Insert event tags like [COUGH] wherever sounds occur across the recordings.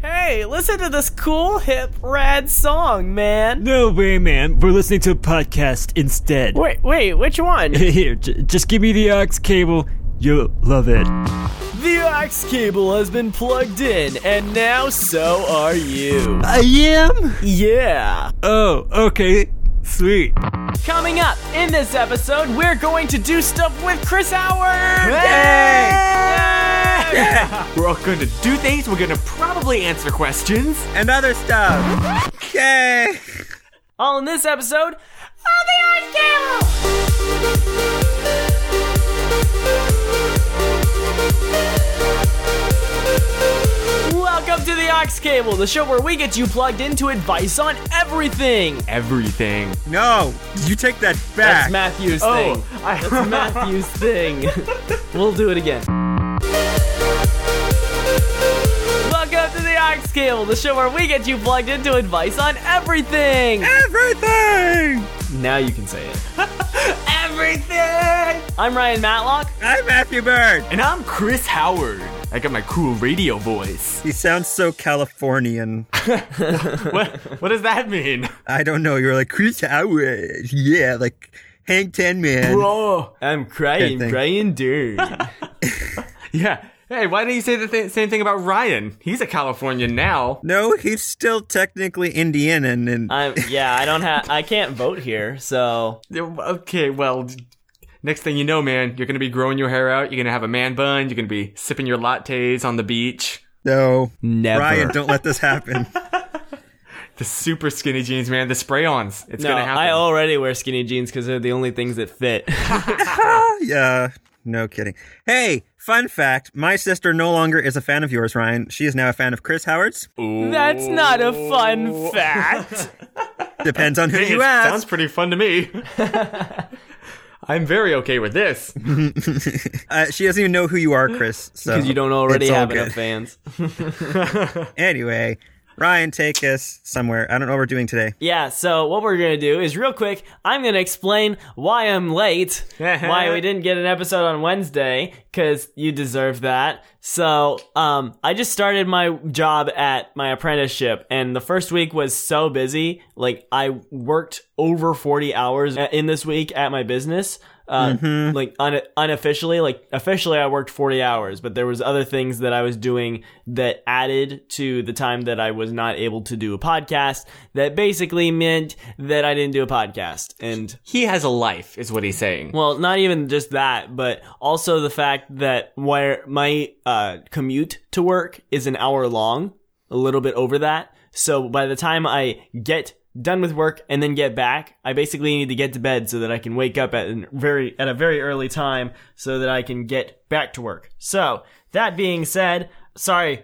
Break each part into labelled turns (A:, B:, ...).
A: Hey, listen to this cool, hip, rad song, man.
B: No way, man. We're listening to a podcast instead.
A: Wait, wait, which one?
B: [LAUGHS] Here, j- just give me the aux cable. You'll love
A: [LAUGHS]
B: it.
A: the aux cable has been plugged in, and now so are you.
B: I am?
A: Yeah.
B: Oh, okay. Sweet.
A: Coming up in this episode, we're going to do stuff with Chris Howard. [LAUGHS] Yay!
C: We're all going to do things. We're going to probably answer questions.
D: and other stuff. Okay.
A: All in this episode of the Ice Cable. Welcome to the Ox Cable, the show where we get you plugged into advice on everything.
C: Everything.
D: No, you take that
A: That's
D: back.
A: Matthew's thing. That's Matthew's thing. [LAUGHS] we'll do it again. Welcome to the Ox Cable, the show where we get you plugged into advice on everything.
D: Everything.
A: Now you can say it. Everything! I'm Ryan Matlock.
D: I'm Matthew Bird.
C: And I'm Chris Howard. I got my cool radio voice.
D: He sounds so Californian.
C: what, what does that mean?
D: I don't know. You're like Chris Howard. Yeah, like Hank Ten Man.
C: Bro.
A: I'm
D: Good
A: crying,
D: thing.
A: crying dude.
C: Yeah. Hey, why didn't you say the th- same thing about Ryan? He's a Californian now.
D: No, he's still technically Indian, and,
A: [LAUGHS]
D: and
A: I'm yeah, I don't have I can't vote here, so
C: Okay, well, d- next thing you know, man, you're going to be growing your hair out. You're going to have a man bun. You're going to be sipping your lattes on the beach.
D: no,
A: never.
D: Ryan, don't let this
C: [LAUGHS]
D: happen.
C: The super skinny jeans, man. The spray-ons. It's
A: no,
C: going to happen.
A: I
C: [LAUGHS]
A: already wear skinny jeans because they're the only things that fit. [LAUGHS]
D: yeah, no kidding. Hey, fun fact: my sister no longer is a fan of yours, Ryan. She is now a fan of Chris Howard's.
A: That's not a
D: Oh.
A: fun fact.
D: Depends on who
C: uh, Hey,
D: you
C: it
D: ask.
C: sounds pretty fun to [LAUGHS] me. I'm very okay with this.
D: Uh, she doesn't even know who you are, Chris. So
A: Because Mm. you don't already
D: it's all
A: have
D: good.
A: enough fans.
D: Anyway, Ryan, take us somewhere. I don't know what we're doing today.
A: Yeah, so what we're gonna do is real quick, I'm gonna explain why I'm
D: [LAUGHS]
A: late, why we didn't get an episode on Wednesday, cause you deserve that. So, um, I just started my job at my apprenticeship, and the first week was so busy. Like, I worked over 40 hours a- in this week at my business. Uh, like un- unofficially, like officially, I worked 40 hours, but there was other things that I was doing that added to the time that I was not able to do a podcast that basically meant that I didn't do a podcast. And
C: He has a life, is what he's saying.
A: well, not even just that, but also the fact that where my uh, commute to work is an hour long, a little bit over that. So by the time I get done with work and then get back, I basically need to get to bed so that I can wake up at an very at a very early time so that I can get back to work. So that being said, sorry.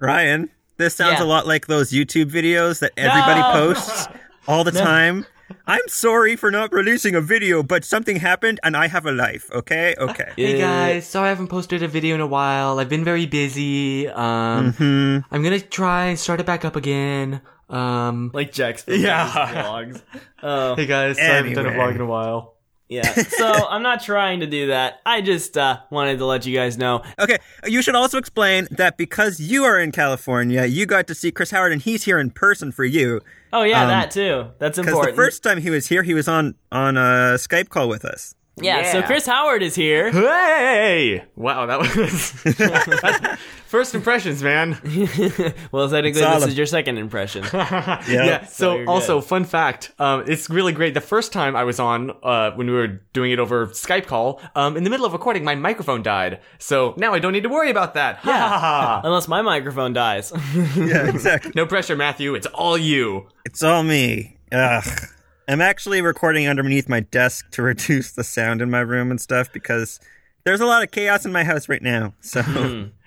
D: Ryan, this sounds
A: Yeah.
D: a lot like those YouTube videos that everybody
A: No. [LAUGHS]
D: posts all the time. I'm sorry for not releasing a video, but something happened and I have a life, okay? Okay.
A: [LAUGHS]
C: Hey
A: Uh,
C: guys, sorry I haven't posted a video in a while. I've been very busy. Um, I'm gonna try and start it back up again. Um,
A: [LAUGHS] like [LAUGHS] Jack's from
C: Yeah.
A: his vlogs. [LAUGHS] Oh.
C: hey guys, sorry I haven't done a
D: Anyway.
C: vlog in a while.
A: Yeah. So I'm not trying to do that. I just uh, wanted to let you guys know.
D: Okay, you should also explain that because you are in California, you got to see Chris Howard and he's here in person for you.
A: Oh yeah, that too. That's
D: Because
A: important.
D: Um, the first time he was here, he was on on a Skype call with us. [LAUGHS]
A: yeah, So
C: Yeah.
A: Chris Howard is here. [LAUGHS]
C: Hey! Wow, that was [LAUGHS] that's- first impressions, man. [LAUGHS]
A: well, technically, this
D: Solid.
A: is your second
D: [LAUGHS]
A: impression.
C: yeah.
A: So
C: So,
A: you're
C: also,
A: good.
C: fun fact, um, it's really great. The first time I was on, uh, when we were doing it over Skype call, um, in the middle of recording, my microphone died. So now I don't need to worry about that. Ha ha ha.
D: [LAUGHS]
C: ha.
A: Unless my microphone dies.
D: yeah, exactly.
C: No pressure, Matthew. It's all you.
D: It's all me. Ugh. I'm actually recording underneath my desk to reduce the sound in my room and stuff because there's a lot of chaos in my house right now.
A: Hmm.
D: So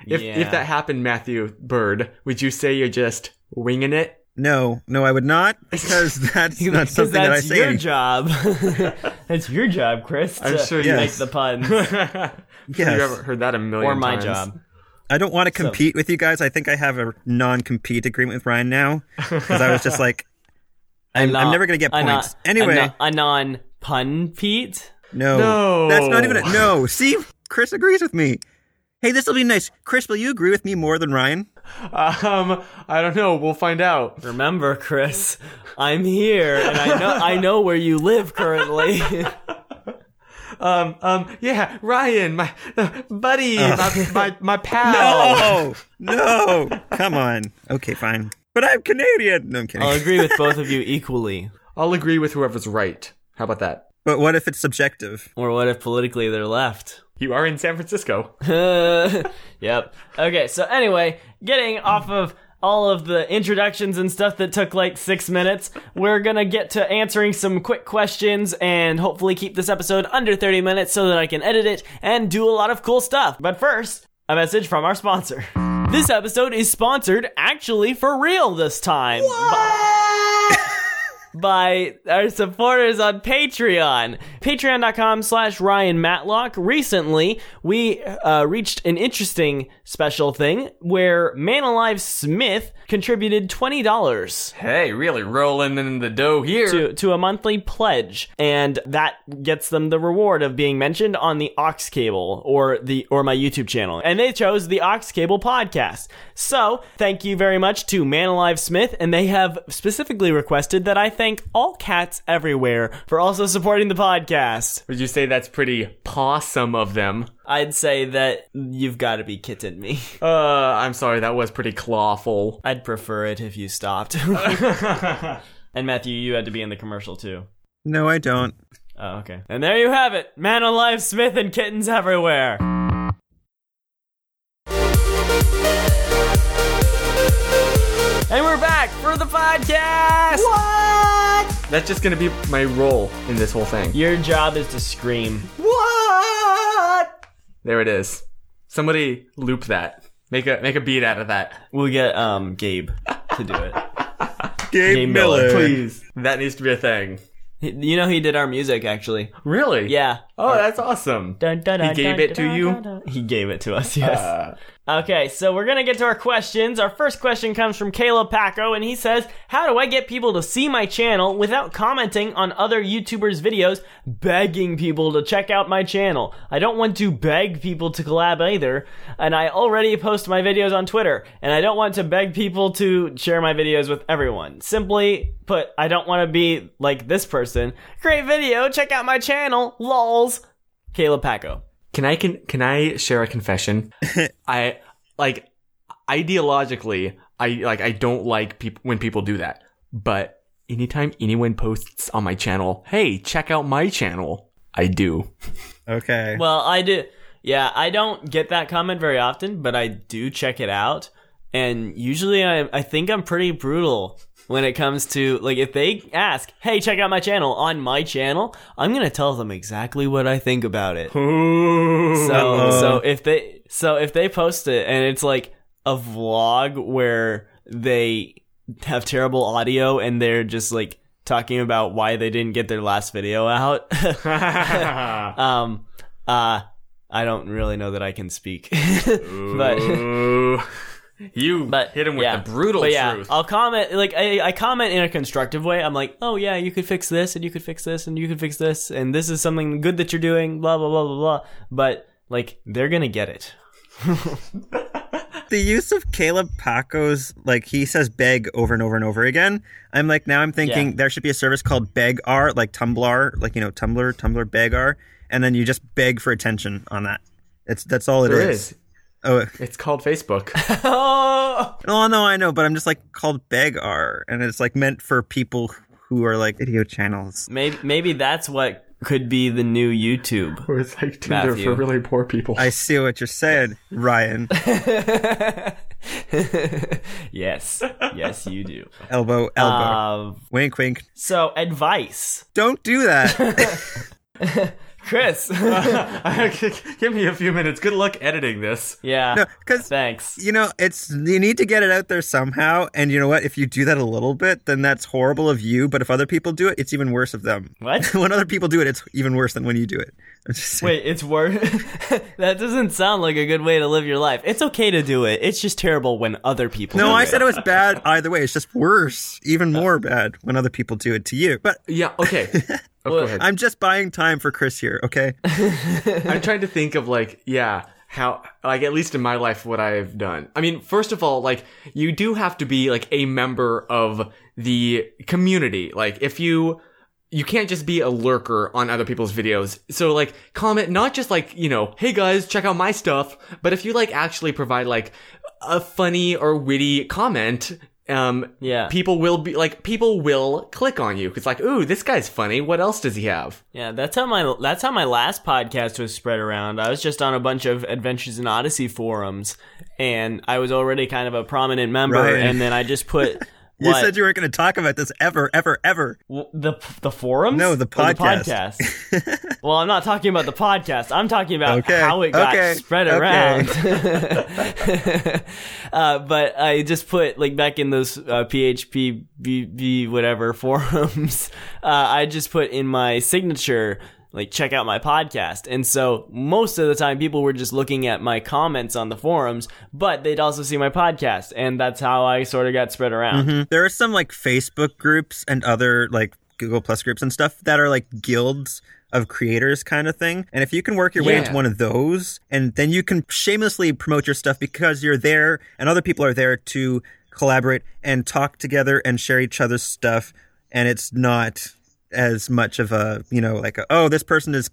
C: If
A: Yeah.
C: if that happened, Matthew Bird, would you say you're just winging it? [LAUGHS]
D: no, no, I would not
A: [LAUGHS]
D: because that's not
A: 'Cause
D: something that I
A: that's
D: say.
A: your
D: any- [LAUGHS]
A: job. [LAUGHS] that's your job, Chris. to
C: I'm sure you-
A: make
D: Yes.
A: the
D: [LAUGHS]
A: puns.
C: You
D: Yes.
C: ever heard that a million
A: or my
C: times.
A: job.
D: I don't want to compete with you guys. I think I have a non-compete agreement with Ryan now because I was
A: [LAUGHS]
D: just like, I'm, I'm
A: Not-
D: never gonna get
A: a
D: points
A: non-
D: anyway.
A: a non pun Pete.
D: no,
C: No.
D: that's not even a, no. See, Chris agrees with me. Hey, this will be nice. Chris, will you agree with me more than Ryan?
C: Um, I don't know. We'll find out.
A: Remember, Chris, I'm here, and I know I know where you live currently. [LAUGHS]
C: Um, um, yeah, Ryan, my [LAUGHS] uh, buddy, my, my my pal.
D: Oh no! Come on. Okay, fine. But I'm Canadian. No, I'm kidding.
A: I'll
C: Uh,
A: agree with both of you equally.
C: I'll agree with whoever's right. How about that?
D: but what if it's subjective?
A: Or what if politically they're left?
C: You are in San Francisco.
A: [LAUGHS] yep. Okay, so anyway, getting off of all of the introductions and stuff that took like six minutes, we're gonna get to answering some quick questions and hopefully keep this episode under 30 minutes so that I can edit it and do a lot of cool stuff. But first, a message from our sponsor. This episode is sponsored actually for real this time. by our supporters on Patreon. Patreon.com slash Ryan Matlock. Recently, we uh, reached an interesting special thing where Man Alive Smith contributed $20
C: Hey, really rolling in the dough here.
A: to, to a monthly pledge, and that gets them the reward of being mentioned on the Ox Cable or the or my YouTube channel. And they chose the Ox Cable podcast. So thank you very much to Man Alive Smith, and they have specifically requested that I thank all cats everywhere for also supporting the podcast.
C: Would you say that's pretty possum of them?
A: I'd say that you've got to be kidding me. [LAUGHS]
C: Uh, I'm sorry, that was pretty clawful.
A: I'd prefer it if you
C: [LAUGHS]
A: stopped. [LAUGHS] and Matthew, you had to be in the commercial too.
D: No, I don't.
A: Oh, okay. And there you have it. Man alive, Smith and kittens everywhere. And we're back for the podcast. What?
C: That's just gonna be my role in this whole thing.
A: Your job is to scream.
C: What? There it is. Somebody loop that. Make a make a beat out of that,
A: We'll get um Gabe to do [LAUGHS] it.
D: Gabe,
A: Gabe Miller,
C: please. That needs to be a thing.
A: He- You know he did our music actually.
C: Really?
A: Yeah.
C: Oh, that's awesome.
A: Dun, dun, dun,
C: He gave
A: dun,
C: it to
A: dun,
C: you?
A: dun, dun. He gave it to us, yes.
C: Uh,
A: Okay, so we're gonna get to our questions. Our first question comes from Caleb Paco, and he says, How do I get people to see my channel without commenting on other YouTubers' videos, begging people to check out my channel? I don't want to beg people to collab either, and I already post my videos on Twitter, and I don't want to beg people to share my videos with everyone. Simply put, I don't want to be like this person. Great video, check out my channel, lols. Caleb Paco.
C: Can I can can I share
A: [LAUGHS]
C: a confession? I like ideologically, I like I don't like people when people do that. But anytime anyone posts on my channel, hey, check out my channel, I do.
D: Okay.
A: Well, I do. Yeah, I don't get that comment very often, but I do check it out. And usually I, I think I'm pretty brutal when it comes to, like, if they ask, hey, check out my channel on my channel, I'm going to tell them exactly what I think about it.
C: Ooh.
A: So,
C: Uh-huh.
A: so if they, so if they post it and it's like a vlog where they have terrible audio and they're just like talking about why they didn't get their last video out. [LAUGHS] Um, uh, I don't really know that I can speak, [LAUGHS] but
C: [LAUGHS] you
A: but
C: hit him with
A: yeah.
C: the brutal
A: But yeah,
C: truth.
A: I'll comment like I, I comment in a constructive way. I'm like, oh yeah, you could fix this, and you could fix this, and you could fix this, and this is something good that you're doing. Blah blah blah blah blah. But like they're gonna get it.
D: the use of Caleb Paco's, like he says beg over and over and over again. I'm like, now I'm thinking
A: Yeah.
D: there should be a service called BegR, like Tumblr, like, you know, Tumblr, Tumblr, BegR. And then you just beg for attention on that. It's That's all it is.
C: There is.
D: Oh,
C: It's called Facebook.
A: Oh,
D: well, no, I know, but I'm just like called BegR. And it's like meant for people who are like video channels.
A: maybe maybe that's what could be the new YouTube.
C: [LAUGHS] Where it's like Tinder
A: Matthew.
C: for really poor people.
D: I see what you're saying, Ryan.
A: [LAUGHS] yes, yes, you do.
D: elbow, elbow.
A: [LAUGHS] Um,
D: wink, wink.
A: so advice,
D: Don't do that.
A: [LAUGHS] Chris. [LAUGHS]
C: [LAUGHS] Give me a few minutes. Good luck editing this.
A: yeah,
D: Because
A: thanks.
D: you know it's you need to get it out there somehow and you know what if you do that a little bit then that's horrible of you but if other people do it it's even worse of them
A: What?
D: [LAUGHS] when other people do it it's even worse than when you do it I'm just saying.
A: Wait, it's worth. [LAUGHS] that doesn't sound like a good way to live your life. It's okay to do it. It's just terrible when other people.
D: no
A: do
D: i
A: it.
D: said it was bad either way it's just worse even
A: Uh.
D: more bad when other people do it to you but
C: Yeah,
A: [LAUGHS]
C: okay. Oh, go ahead.
D: i'm just buying time for chris here okay
C: I'm trying to think of like, yeah, how like at least in my life what I've done. I mean, first of all, like you do have to be like a member of the community. Like if you you can't just be a lurker on other people's videos. So like comment not just like, you know, hey guys, check out my stuff, but if you like actually provide like a funny or witty comment, um
A: Yeah.
C: people will be like people will click on you. It's like, "Ooh, this guy's funny. What else does he have?"
A: Yeah, that's how my that's how my last podcast was spread around. I was just on a bunch of Adventures in Odyssey forums, and I was already kind of a prominent member.
D: Right.
A: And then I just put
D: [LAUGHS] You
A: what
D: said you weren't going to talk about this ever, ever, ever.
A: W- the the forums.
D: No, the
A: Or
D: podcast.
A: The
D: [LAUGHS]
A: podcast. well, I'm not talking about the podcast. I'm talking about
D: Okay,
A: how it got
D: okay,
A: spread
D: okay. [LAUGHS]
A: around. [LAUGHS] uh, but I just put like back in those uh, PHP B, B whatever [LAUGHS] forums. Uh, I just put in my signature. Like check out my podcast, and so most of the time people were just looking at my comments on the forums, but they'd also see my podcast, and that's how I sort of got spread around.
D: There are some like Facebook groups and other like Google Plus groups and stuff that are like guilds of creators kind of thing. And if you can work your way
C: Yeah.
D: into one of those, and then you can shamelessly promote your stuff because you're there and other people are there to collaborate and talk together and share each other's stuff. And it's not as much of a, you know, like, a, oh, this person is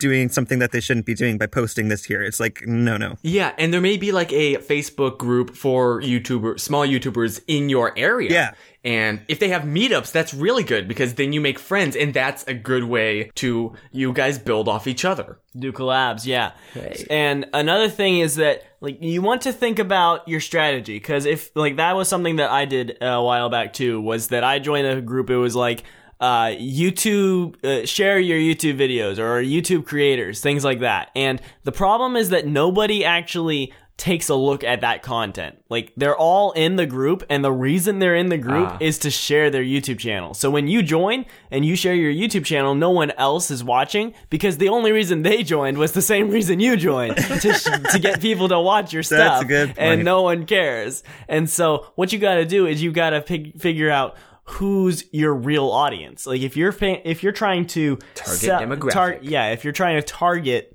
D: doing something that they shouldn't be doing by posting this here. It's like, no, no.
C: Yeah, and there may be like a Facebook group for YouTuber small YouTubers in your area.
D: Yeah.
C: And if they have meetups, that's really good because then you make friends and that's a good way to you guys build off each other.
A: Do collabs, yeah. And another thing is that like you want to think about your strategy because if like that was something that I did uh, a while back too was that I joined a group. It was like uh, YouTube uh, share your YouTube videos or YouTube creators, things like that. And the problem is that nobody actually takes a look at that content. Like they're all in the group and the reason they're in the group
D: Ah.
A: is to share their YouTube channel. So when you join and you share your YouTube channel, no one else is watching because the only reason they joined was the same reason you joined to sh- to get people to watch your stuff.
D: [LAUGHS] That's a good point.
A: And no one cares. And so what you got to do is you got to pig- figure out who's your real audience. Like if you're fa- if you're trying to target
C: demographic.
A: yeah, if you're trying to target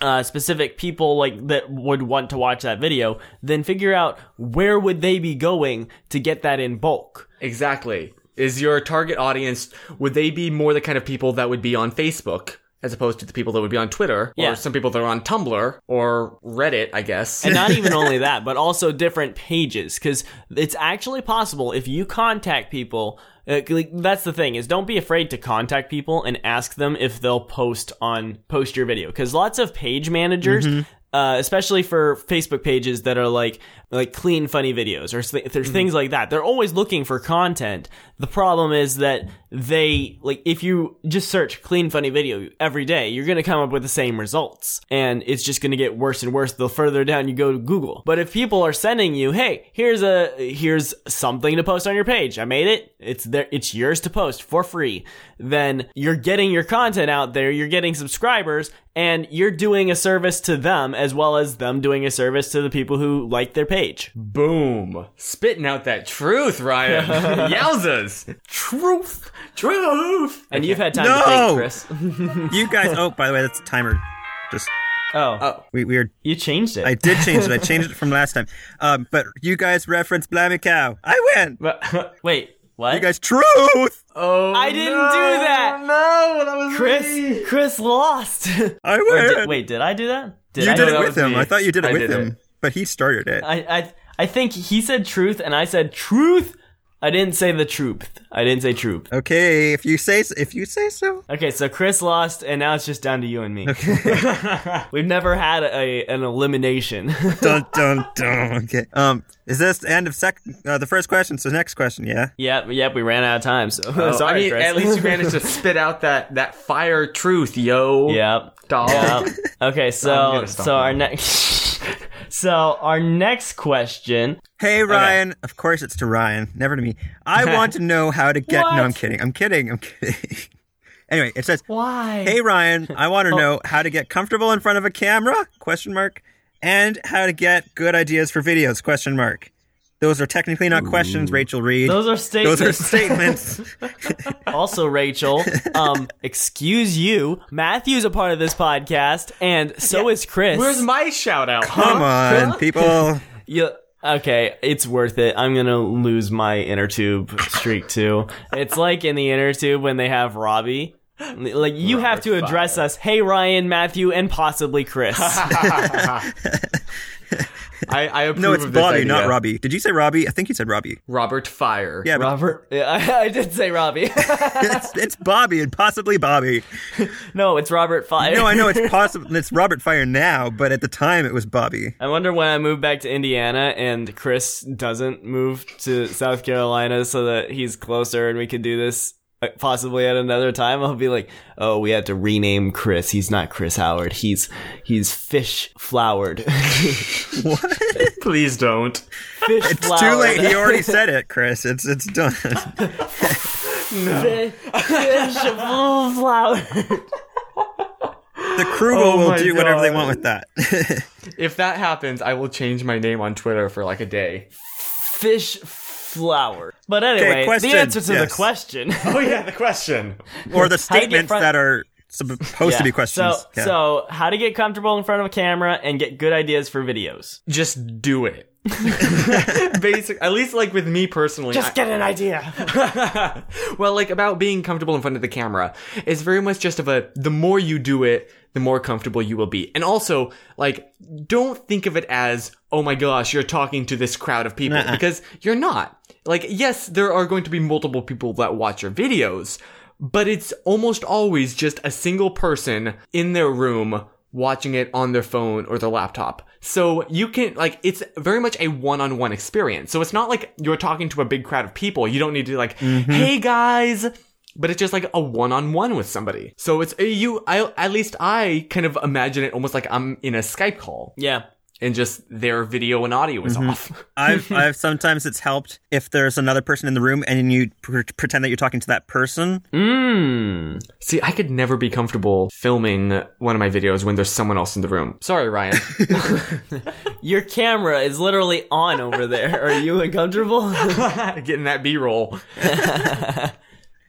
A: uh, specific people like that would want to watch that video, then figure out where would they be going to get that in bulk.
C: Exactly. Is your target audience would they be more the kind of people that would be on Facebook as opposed to the people that would be on Twitter
A: Yeah.
C: or some people that are on Tumblr or Reddit, I guess.
A: And not even only that, but also different pages because it's actually possible if you contact people. Uh, like, that's the thing is don't be afraid to contact people and ask them if they'll post on post your video because lots of page managers. Uh, especially for Facebook pages that are like like clean funny videos or th- there's things like that. They're always looking for content. The problem is that they like if you just search clean funny video every day, you're going to come up with the same results and it's just going to get worse and worse the further down you go to Google. But if people are sending you, "Hey, here's a here's something to post on your page. I made it. It's there it's yours to post for free." Then you're getting your content out there, you're getting subscribers and you're doing a service to them as well as them doing a service to the people who like their page.
C: Boom. Spitting out that truth,
A: [LAUGHS]
C: Ryan. Yowzas. Truth. Truth.
A: And you've had time to
D: No!
A: think, Chris.
D: You guys, oh, by the way, that's a timer. Just,
A: Oh,
D: we, we are
A: you changed it.
D: Uh, I did change it. I changed it from last time. Um, but you guys referenced Blammy Cow. I win.
A: [LAUGHS] Wait, what?
D: You guys, truth.
C: Oh,
A: I didn't
C: no,
A: do that.
C: No, that was me.
A: Chris, Chris lost. [LAUGHS]
D: I
A: Or
D: win.
A: did- wait, did I do that? Did
D: you
A: I
D: did
A: do
D: it
A: that?
D: with him.
C: me.
D: I thought you did it
C: I
D: with
C: did
D: him, but he started it.
A: I, I, I think he said truth and I said truth. I didn't say the truth. I didn't say truth.
D: okay, if you say so, if you say so.
A: Okay, so Chris lost, and now it's just down to you and me. [LAUGHS] We've never had a, an elimination. [LAUGHS]
D: dun dun dun. Okay. Um, is this the end of sec- uh, the first question? So next question, yeah.
A: yep, yep, we ran out of time. So [LAUGHS]
C: Oh,
A: sorry,
C: I mean,
A: Chris.
C: at least you managed [LAUGHS] to spit out that that fire truth, yo.
A: [LAUGHS] Yep.
C: Dog.
A: Yep. Okay,
C: I'm
A: so
C: gonna stop
A: so our
C: now.
A: next [LAUGHS] so our next question.
D: Hey Ryan. Of course, it's to Ryan, never to me. I want to know how to get. No,
A: [LAUGHS]
D: I'm
A: What?
D: kidding. I'm kidding. I'm kidding. [LAUGHS] anyway, it says.
A: Why?
D: Hey Ryan, I want to
C: Oh.
D: know how to get comfortable in front of a camera? Question mark. And how to get good ideas for videos? Question mark. Those are technically not questions, Rachel Reed.
A: Those are
D: Those
A: statements.
D: are
C: [LAUGHS]
D: statements.
A: also, Rachel, um, excuse you. Matthew's a part of this podcast, and so is Chris.
C: Where's my shout out?
D: Come on,
C: [LAUGHS]
D: people.
A: You, okay, it's worth it. I'm gonna lose my inner tube streak too. It's like in the inner tube when they have Robbie. Like you have to address us, hey Ryan, Matthew, and possibly Chris.
C: I, I approve
D: No, it's
C: of this
D: Bobby, not
C: idea.
D: Robbie. Did you say Robbie? I think you said
C: [LAUGHS]
D: Robbie.
C: Robert Fire.
D: Yeah,
A: [LAUGHS]
D: but
A: Robert, yeah, I, I did say Robbie.
D: it's, it's Bobby and possibly Bobby.
A: [LAUGHS] no, it's Robert Fire.
D: No, I know
C: [LAUGHS]
D: it's possible. It's Robert Fire now, but at the time it was Bobby.
A: I wonder when I move back to Indiana and Chris doesn't move to South Carolina so that he's closer and we could do this uh, possibly at another time. I'll be like, oh, we had to rename Chris. He's not Chris Howard. He's he's fish flowered. [LAUGHS]
C: Please don't.
A: fish
D: It's too late. He already said it, Chris. It's it's
A: [LAUGHS]
D: done. [LAUGHS]
A: Fish flowered.
D: The crew
C: Oh
D: will
C: my
D: do whatever they
C: God.
D: want with that. [LAUGHS]
C: If that happens, I will change my name on Twitter for like a day.
A: Fish flowered. But anyway,
D: question.
A: the answer to
D: Yes.
A: the question.
C: [LAUGHS] Oh yeah, the question.
D: or the
A: get
D: statements
A: front-
D: that are supposed to be questions.
A: So,
D: Yeah.
A: so [LAUGHS] how to get comfortable in front of a camera and get good ideas for videos.
C: Just do it. [LAUGHS] Basic. At least like with me personally. I-
A: get an idea.
C: [LAUGHS] well, like about being comfortable in front of the camera, it's very much just of a the more you do it, the more comfortable you will be. And also, like, don't think of it as, oh my gosh, you're talking to this crowd of people because you're not. Like, yes, there are going to be multiple people that watch your videos, but it's almost always just a single person in their room watching it on their phone or their laptop. So you can, like, it's very much a one on one experience. So it's not like you're talking to a big crowd of people. You don't need to, like, hey guys. But it's just like a one on one with somebody. So it's, uh, you, I, at least I kind of imagine it almost like I'm in a Skype call
A: Yeah.
C: and just their video and audio is off. [LAUGHS]
D: I've I've sometimes it's helped if there's another person in the room and you pr- pretend that you're talking to that person.
A: Mm-hmm. Mmm.
C: Hmm. See, I could never be comfortable filming one of my videos when there's someone else in the room. Sorry, Ryan.
A: Your camera is literally on over there. Are you uncomfortable?
C: [LAUGHS] getting that B roll.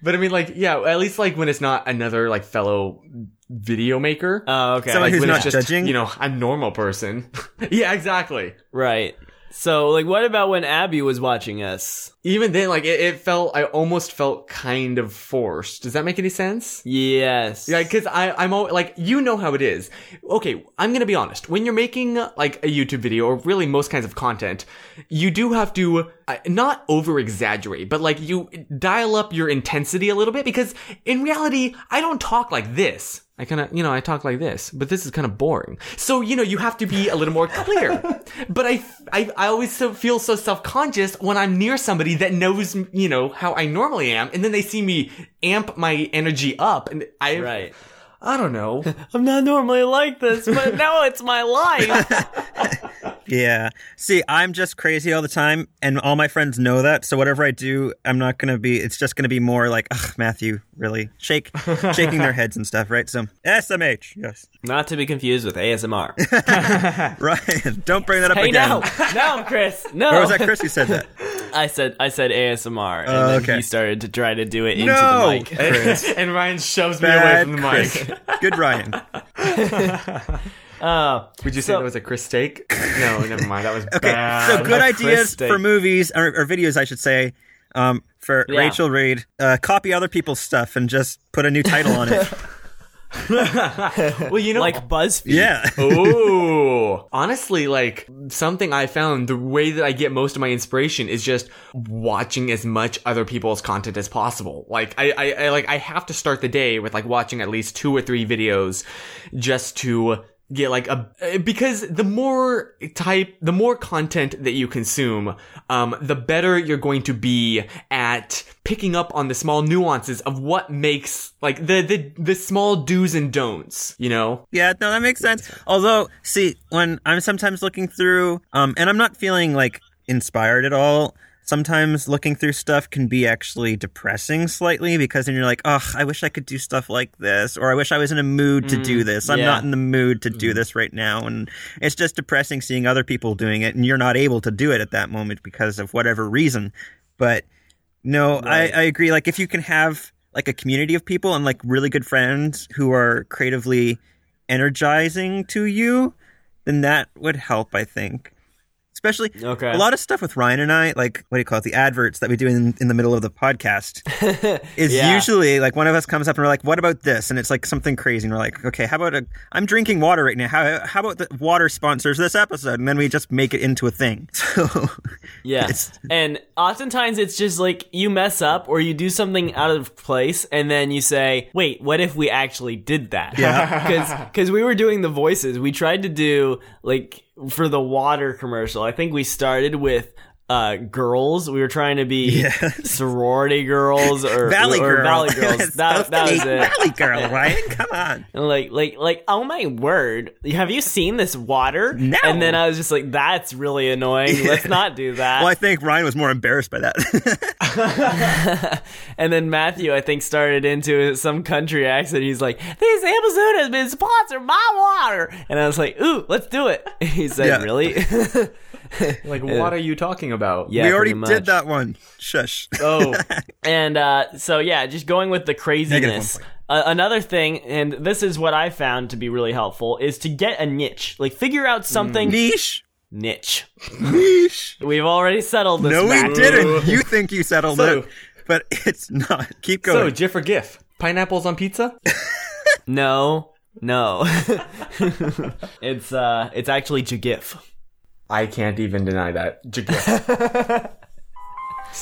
C: but I mean, like, yeah, at least like when it's not another like fellow video maker.
A: [LAUGHS] oh, okay.
D: Someone
C: like
D: who's
C: when
D: not
C: it's just,
D: judging?
C: you know, a normal person. [LAUGHS] yeah, exactly.
A: right. So, like, what about when Abby was watching us?
C: Even then, like, it, it felt, I almost felt kind of forced. Does that make any sense?
A: Yes.
C: Yeah, because I'm always, like, you know how it is. Okay, I'm gonna be honest. When you're making like a YouTube video or really most kinds of content, you do have to uh, not over exaggerate, but like you dial up your intensity a little bit because in reality, I don't talk like this. I kind of, you know, I talk like this, but this is kind of boring. So, you know, you have to be a little more clear. but I, I, I always so feel so self-conscious when I'm near somebody that knows, you know, how I normally am. And then they see me amp my energy up. And I,
A: Right.
C: I don't know.
A: I'm not normally like this, [LAUGHS] but now it's my life.
D: Yeah. See, I'm just crazy all the time, and all my friends know that. So whatever I do, I'm not gonna be. It's just gonna be more like, ugh, Matthew, really shake,
A: [LAUGHS]
D: shaking their heads and stuff, right? So SMH, yes,
A: [LAUGHS]
D: [LAUGHS]
A: not to be confused with ASMR.
D: Ryan, don't bring that up
A: hey,
D: again.
A: no, no, Chris, no.
D: Or was that Chris who said that?
A: I said, I said ASMR, and
D: Oh,
A: then
D: okay.
A: he started to try to do it [LAUGHS] into
D: No.
A: the mic.
D: [LAUGHS]
C: [LAUGHS] and Ryan shoves
D: Bad
C: me away from the
D: Chris.
C: mic.
D: Good Ryan.
C: Would you say that was a Chris steak? No, never mind. That was
D: Okay,
C: bad.
D: so good ideas
A: Christie.
D: for movies or, or videos, I should say. Um, for
A: Yeah.
D: Rachel Reed, uh, copy other people's stuff and just put a new title on it.
C: Well, you know,
A: Like BuzzFeed.
D: yeah,
C: Ooh. [LAUGHS] Honestly, like something I found the way that I get most of my inspiration is just watching as much other people's content as possible. Like I, I, I like I have to start the day with like watching at least two or three videos just to get like a because the more type the more content that you consume um the better you're going to be at picking up on the small nuances of what makes like the the the small do's and don'ts you know
D: yeah. No, that makes sense. Although, see, when I'm sometimes looking through, um, and I'm not feeling like inspired at all. sometimes looking through stuff can be actually depressing slightly because then you're like, oh, I wish I could do stuff like this, or I wish I was in a mood to do this. I'm
A: yeah.
D: not in the mood to do this right now. And it's just depressing seeing other people doing it and you're not able to do it at that moment because of whatever reason. But no, I, I agree. Like if you can have like a community of people and like really good friends who are creatively energizing to you, then that would help, I think. Especially
A: Okay.
D: a lot of stuff with Ryan and I, like what do you call it, the adverts that we do in, in the middle of the
A: [LAUGHS]
D: podcast is
A: Yeah.
D: usually like one of us comes up and we're like, What about this? And it's like something crazy and we're like, Okay, how about a I'm drinking water right now. How how about the water sponsors this episode? And then we just make it into a thing. [LAUGHS] So
A: Yeah.
D: It's-
A: [LAUGHS] And oftentimes it's just like you mess up or you do something out of place and then you say, wait, what if we actually did that? [LAUGHS] Yeah. Because we were doing the voices. We tried to do, like, for the water commercial, I think we started with. Uh, girls, we were trying to
D: [LAUGHS]
A: be sorority girls or
D: Valley
A: or
D: Girl.
A: Valley
D: [LAUGHS]
A: girls. that, that was it.
D: Valley
A: [LAUGHS]
D: Girl, Ryan. Come on.
A: And like like like oh my word have you seen this water
D: No.
A: and then i was just like that's really annoying
D: [LAUGHS]
A: let's not do that
D: Well, I think Ryan was more embarrassed by that. [LAUGHS]
A: [LAUGHS] and then matthew i think started into some country accent he's like this episode has been sponsored by water and i was like ooh let's do it [LAUGHS] he's like
D: Yeah.
A: really [LAUGHS]
C: Like, what are you talking about?
A: yeah
D: we already
A: pretty much. Um,
D: did that one. Shush.
C: Oh,
A: And uh, so, yeah, just going with the craziness.
D: Negative
A: Uh, another thing, and this is what I found to be really helpful, is to get a niche. Like, figure out something
D: Niche.
A: niche.
D: Niche.
A: We've already settled this.
D: No, we
A: Matt.
D: didn't. You think you settled
C: So-
D: it, but it's not. Keep
C: so
D: going.
C: GIF or GIF? Pineapples on pizza?
A: No, no. [LAUGHS] it's uh, it's actually Jagif.
C: I can't even deny that. GIF.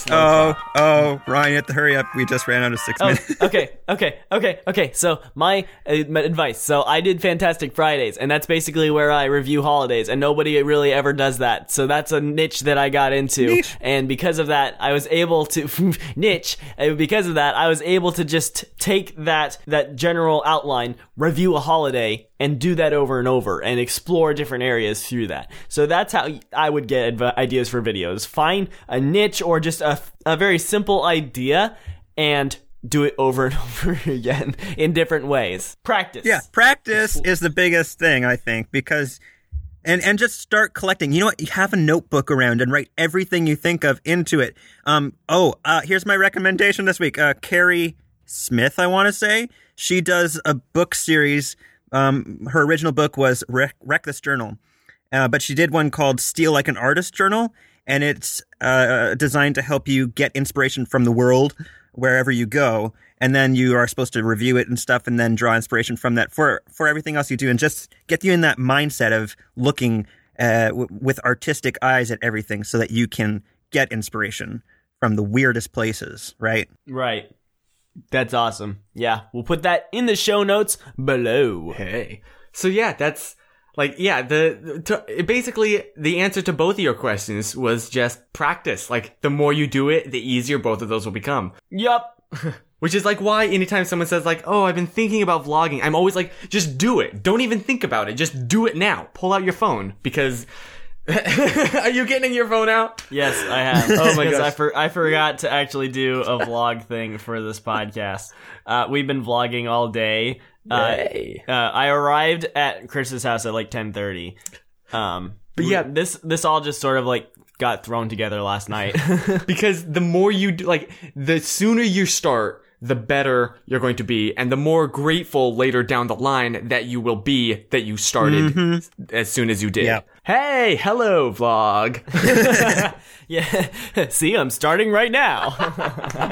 D: oh, oh, Ryan, you have to hurry up. We just ran out of six
A: Oh,
D: minutes. [LAUGHS]
A: [LAUGHS] okay, okay, okay, okay. So my, uh, my advice. So I did Fantastic Fridays, and that's basically where I review holidays, and nobody really ever does that. So that's a niche that I got into, and because of that, I was able to [LAUGHS] niche. And because of that, I was able to just take that that general outline, review a holiday, and do that over and over, and explore different areas through that. So that's how I would get adv- ideas for videos. Find a niche or just a a very simple idea and do it over and [LAUGHS] over again in different ways. Practice.
D: Yeah, practice is the biggest thing I think because and and just start collecting. You know what? You have a notebook around and write everything you think of into it. Um. Oh, uh, here's my recommendation this week. Uh, Carrie Smith, I want to say she does a book series. Um, her original book was Wreck- Reckless Journal, uh, but she did one called Steal Like an Artist Journal, and it's uh, designed to help you get inspiration from the world wherever you go. And then you are supposed to review it and stuff, and then draw inspiration from that for for everything else you do, and just get you in that mindset of looking uh, w- with artistic eyes at everything, so that you can get inspiration from the weirdest places. Right?
A: Right. That's awesome. Yeah, we'll put that in the show notes below.
C: Hey. So yeah, that's like yeah. The to, basically the answer to both of your questions was just practice. Like the more you do it, the easier both of those will become.
A: Yup.
C: [LAUGHS] Which is like why anytime someone says like, "Oh, I've been thinking about vlogging," I'm always like, "Just do it. Don't even think about it. Just do it now. Pull out your phone because." [LAUGHS] Are you getting your phone out?
A: Yes, I have. Oh my
C: gosh.
A: I, for- I forgot to actually do a vlog thing for this podcast. Uh, we've been vlogging all day. Uh, uh, I arrived at Chris's house at like ten thirty. Um, but
C: yeah.
A: this this all just sort of like got thrown together last night. [LAUGHS]
C: [LAUGHS] because the more you do, like the sooner you start the better you're going to be and the more grateful later down the line that you will be that you started
D: Mm-hmm.
C: as soon as you did
D: Yep.
C: hey hello vlog
D: [LAUGHS]
A: yeah, [LAUGHS] see, I'm starting right now.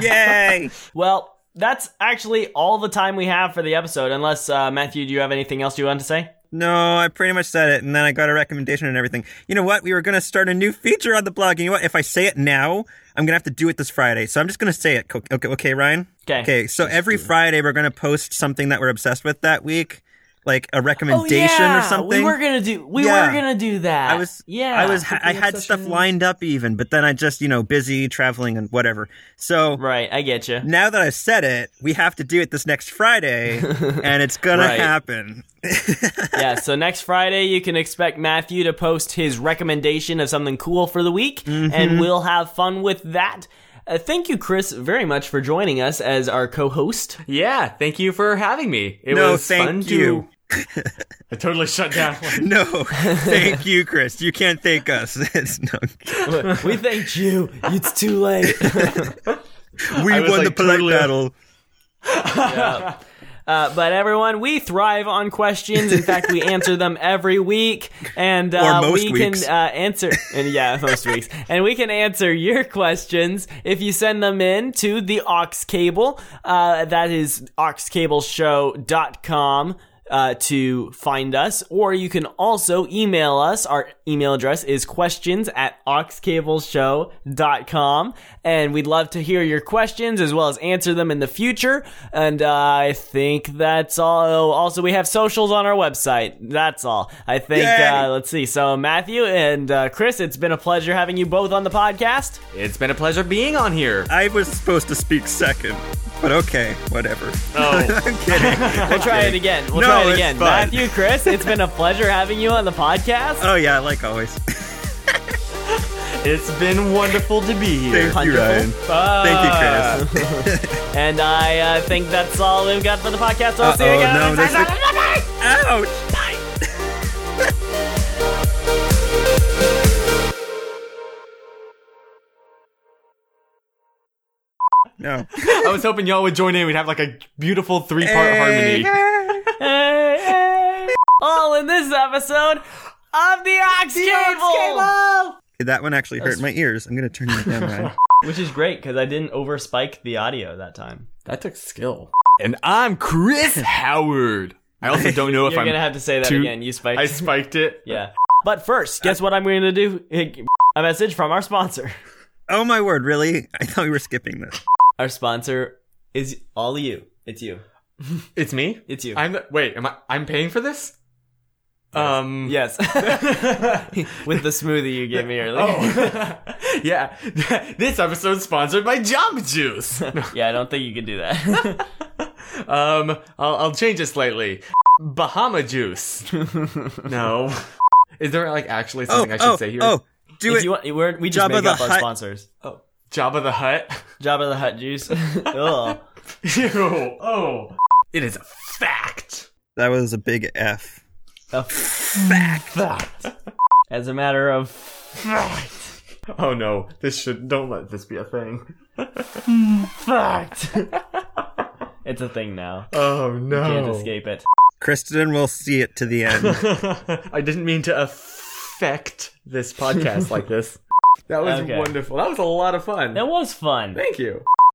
A: [LAUGHS]
D: Yay!
A: Well, that's actually all the time we have for the episode. Unless uh, Matthew, do you have anything else you want to say?
D: No, I pretty much said it, and then I got a recommendation and everything. You know what? We were going to start a new feature on the blog. And you know what? If I say it now, I'm going to have to do it this Friday. So I'm just going to say it. Co- Okay, okay, Ryan?
A: Okay.
D: Okay, so every Friday we're going to post something that we're obsessed with that week. like a recommendation
A: Oh, yeah,
D: or something.
A: We were gonna do. We
D: Yeah.
A: were gonna do that.
D: I was
A: Yeah.
D: I was I
C: cooking
D: had stuff
C: obsession.
D: lined up even, but then I just you know busy traveling and whatever. So
A: Right. I get
D: [LAUGHS]
A: you.
D: now that I've said it, we have to do it this next
C: [LAUGHS]
D: Friday, and it's gonna
A: Right.
D: happen.
A: yeah, so next Friday you can expect Matthew to post his recommendation of something cool for the week,
D: Mm-hmm.
A: and we'll have fun with that. Uh, thank you, Chris, very much for joining us as our co-host.
C: Yeah, thank you for having me.
D: [LAUGHS]
C: It
D: No,
C: was
D: thank
C: fun
D: you.
C: to. I totally shut down. [LAUGHS]
D: No, thank you, Chris. You can't thank us. [LAUGHS] It's no,
A: we thanked you. It's too late.
D: we
C: I
D: won
C: was,
D: the
C: like,
D: polite
C: totally-
D: battle.
A: Uh, but everyone, we thrive on questions. In fact, we answer them every week, and uh,
D: most
A: we
D: weeks.
A: can uh, answer. And yeah, [LAUGHS] most weeks, and we can answer your questions if you send them in to the Ox Cable. Uh, that is oxcableshow.com. Uh, to find us, or you can also email us. Our email address is questions at oxcableshow.com. And we'd love to hear your questions as well as answer them in the future. And uh, I think that's all. Also, we have socials on our website. That's all. I think,
D: Yay.
A: uh, let's see. So, Matthew and uh, Chris, it's been a pleasure having you both on the podcast.
C: it's been a pleasure being on here.
D: I was supposed to speak second, but okay, whatever.
C: Oh.
D: [LAUGHS] I'm kidding.
A: We'll try it again. We'll
D: No,
A: try it
D: it's
A: again.
D: fine.
A: Matthew, Chris, it's been a pleasure having you on the podcast.
D: [LAUGHS] Oh yeah, like always.
C: It's been wonderful to be here.
D: Thank you, Ryan. Thank you, Chris.
A: And I uh, think that's all we've got for the podcast. So I'll see you
D: Uh-oh,
A: again.
D: no,
A: next
D: this
A: time.
C: Uh,
D: Ouch. No.
C: I was hoping y'all would join in. We'd have like a beautiful three part
D: Eh.
A: [LAUGHS]
C: harmony.
A: Hey, hey. all in this episode of the Ox Cable,
D: That one actually hurt my ears. I'm gonna turn you down, Ryan.
A: which is great because I didn't overspike the audio that time.
C: That took skill. And I'm Chris Howard.
D: [LAUGHS]
C: I also don't know if
A: You're
C: I'm.
A: gonna have to say that
C: too-
A: again. You spiked. [LAUGHS]
C: I spiked it.
A: yeah. But first, guess what I'm going to do? A message from our sponsor.
D: Oh my word, really? I thought we were skipping this.
A: Our sponsor is all you. It's you.
C: It's me.
A: It's you.
C: I'm the, wait. Am I? I'm paying for this. Um.
A: [LAUGHS] yes. With the smoothie you gave me earlier.
C: Oh. [LAUGHS] yeah. [LAUGHS] this episode's sponsored by
A: [LAUGHS]
C: Jamba Juice.
A: Yeah, I don't think you can do that. [LAUGHS]
C: um, I'll, I'll change it slightly. Bahama Juice.
A: [LAUGHS]
C: no. Is there like actually
D: Oh,
C: something I should
D: oh,
C: say here?
D: oh, do
A: If
D: it.
A: you want, we're, we just
D: Jabba
A: make
D: the
A: up our
D: Hutt.
A: sponsors.
C: Jabba the Hut. [LAUGHS]
A: Jabba the Hut [LAUGHS] juice. Ugh.
C: Ew. Oh. It is a fact.
D: that was a big F.
A: A
C: Fact.
A: As a matter of
C: Fact. [LAUGHS] Oh no. This should don't let this be a thing.
A: [LAUGHS] fact, it's a thing now.
C: Oh no.
A: Can't escape it.
D: Kristen will see it to the end.
C: [LAUGHS] I didn't mean to affect this podcast like this. That was
A: Okay.
C: wonderful. That was a lot of fun.
A: That was fun.
C: Thank you.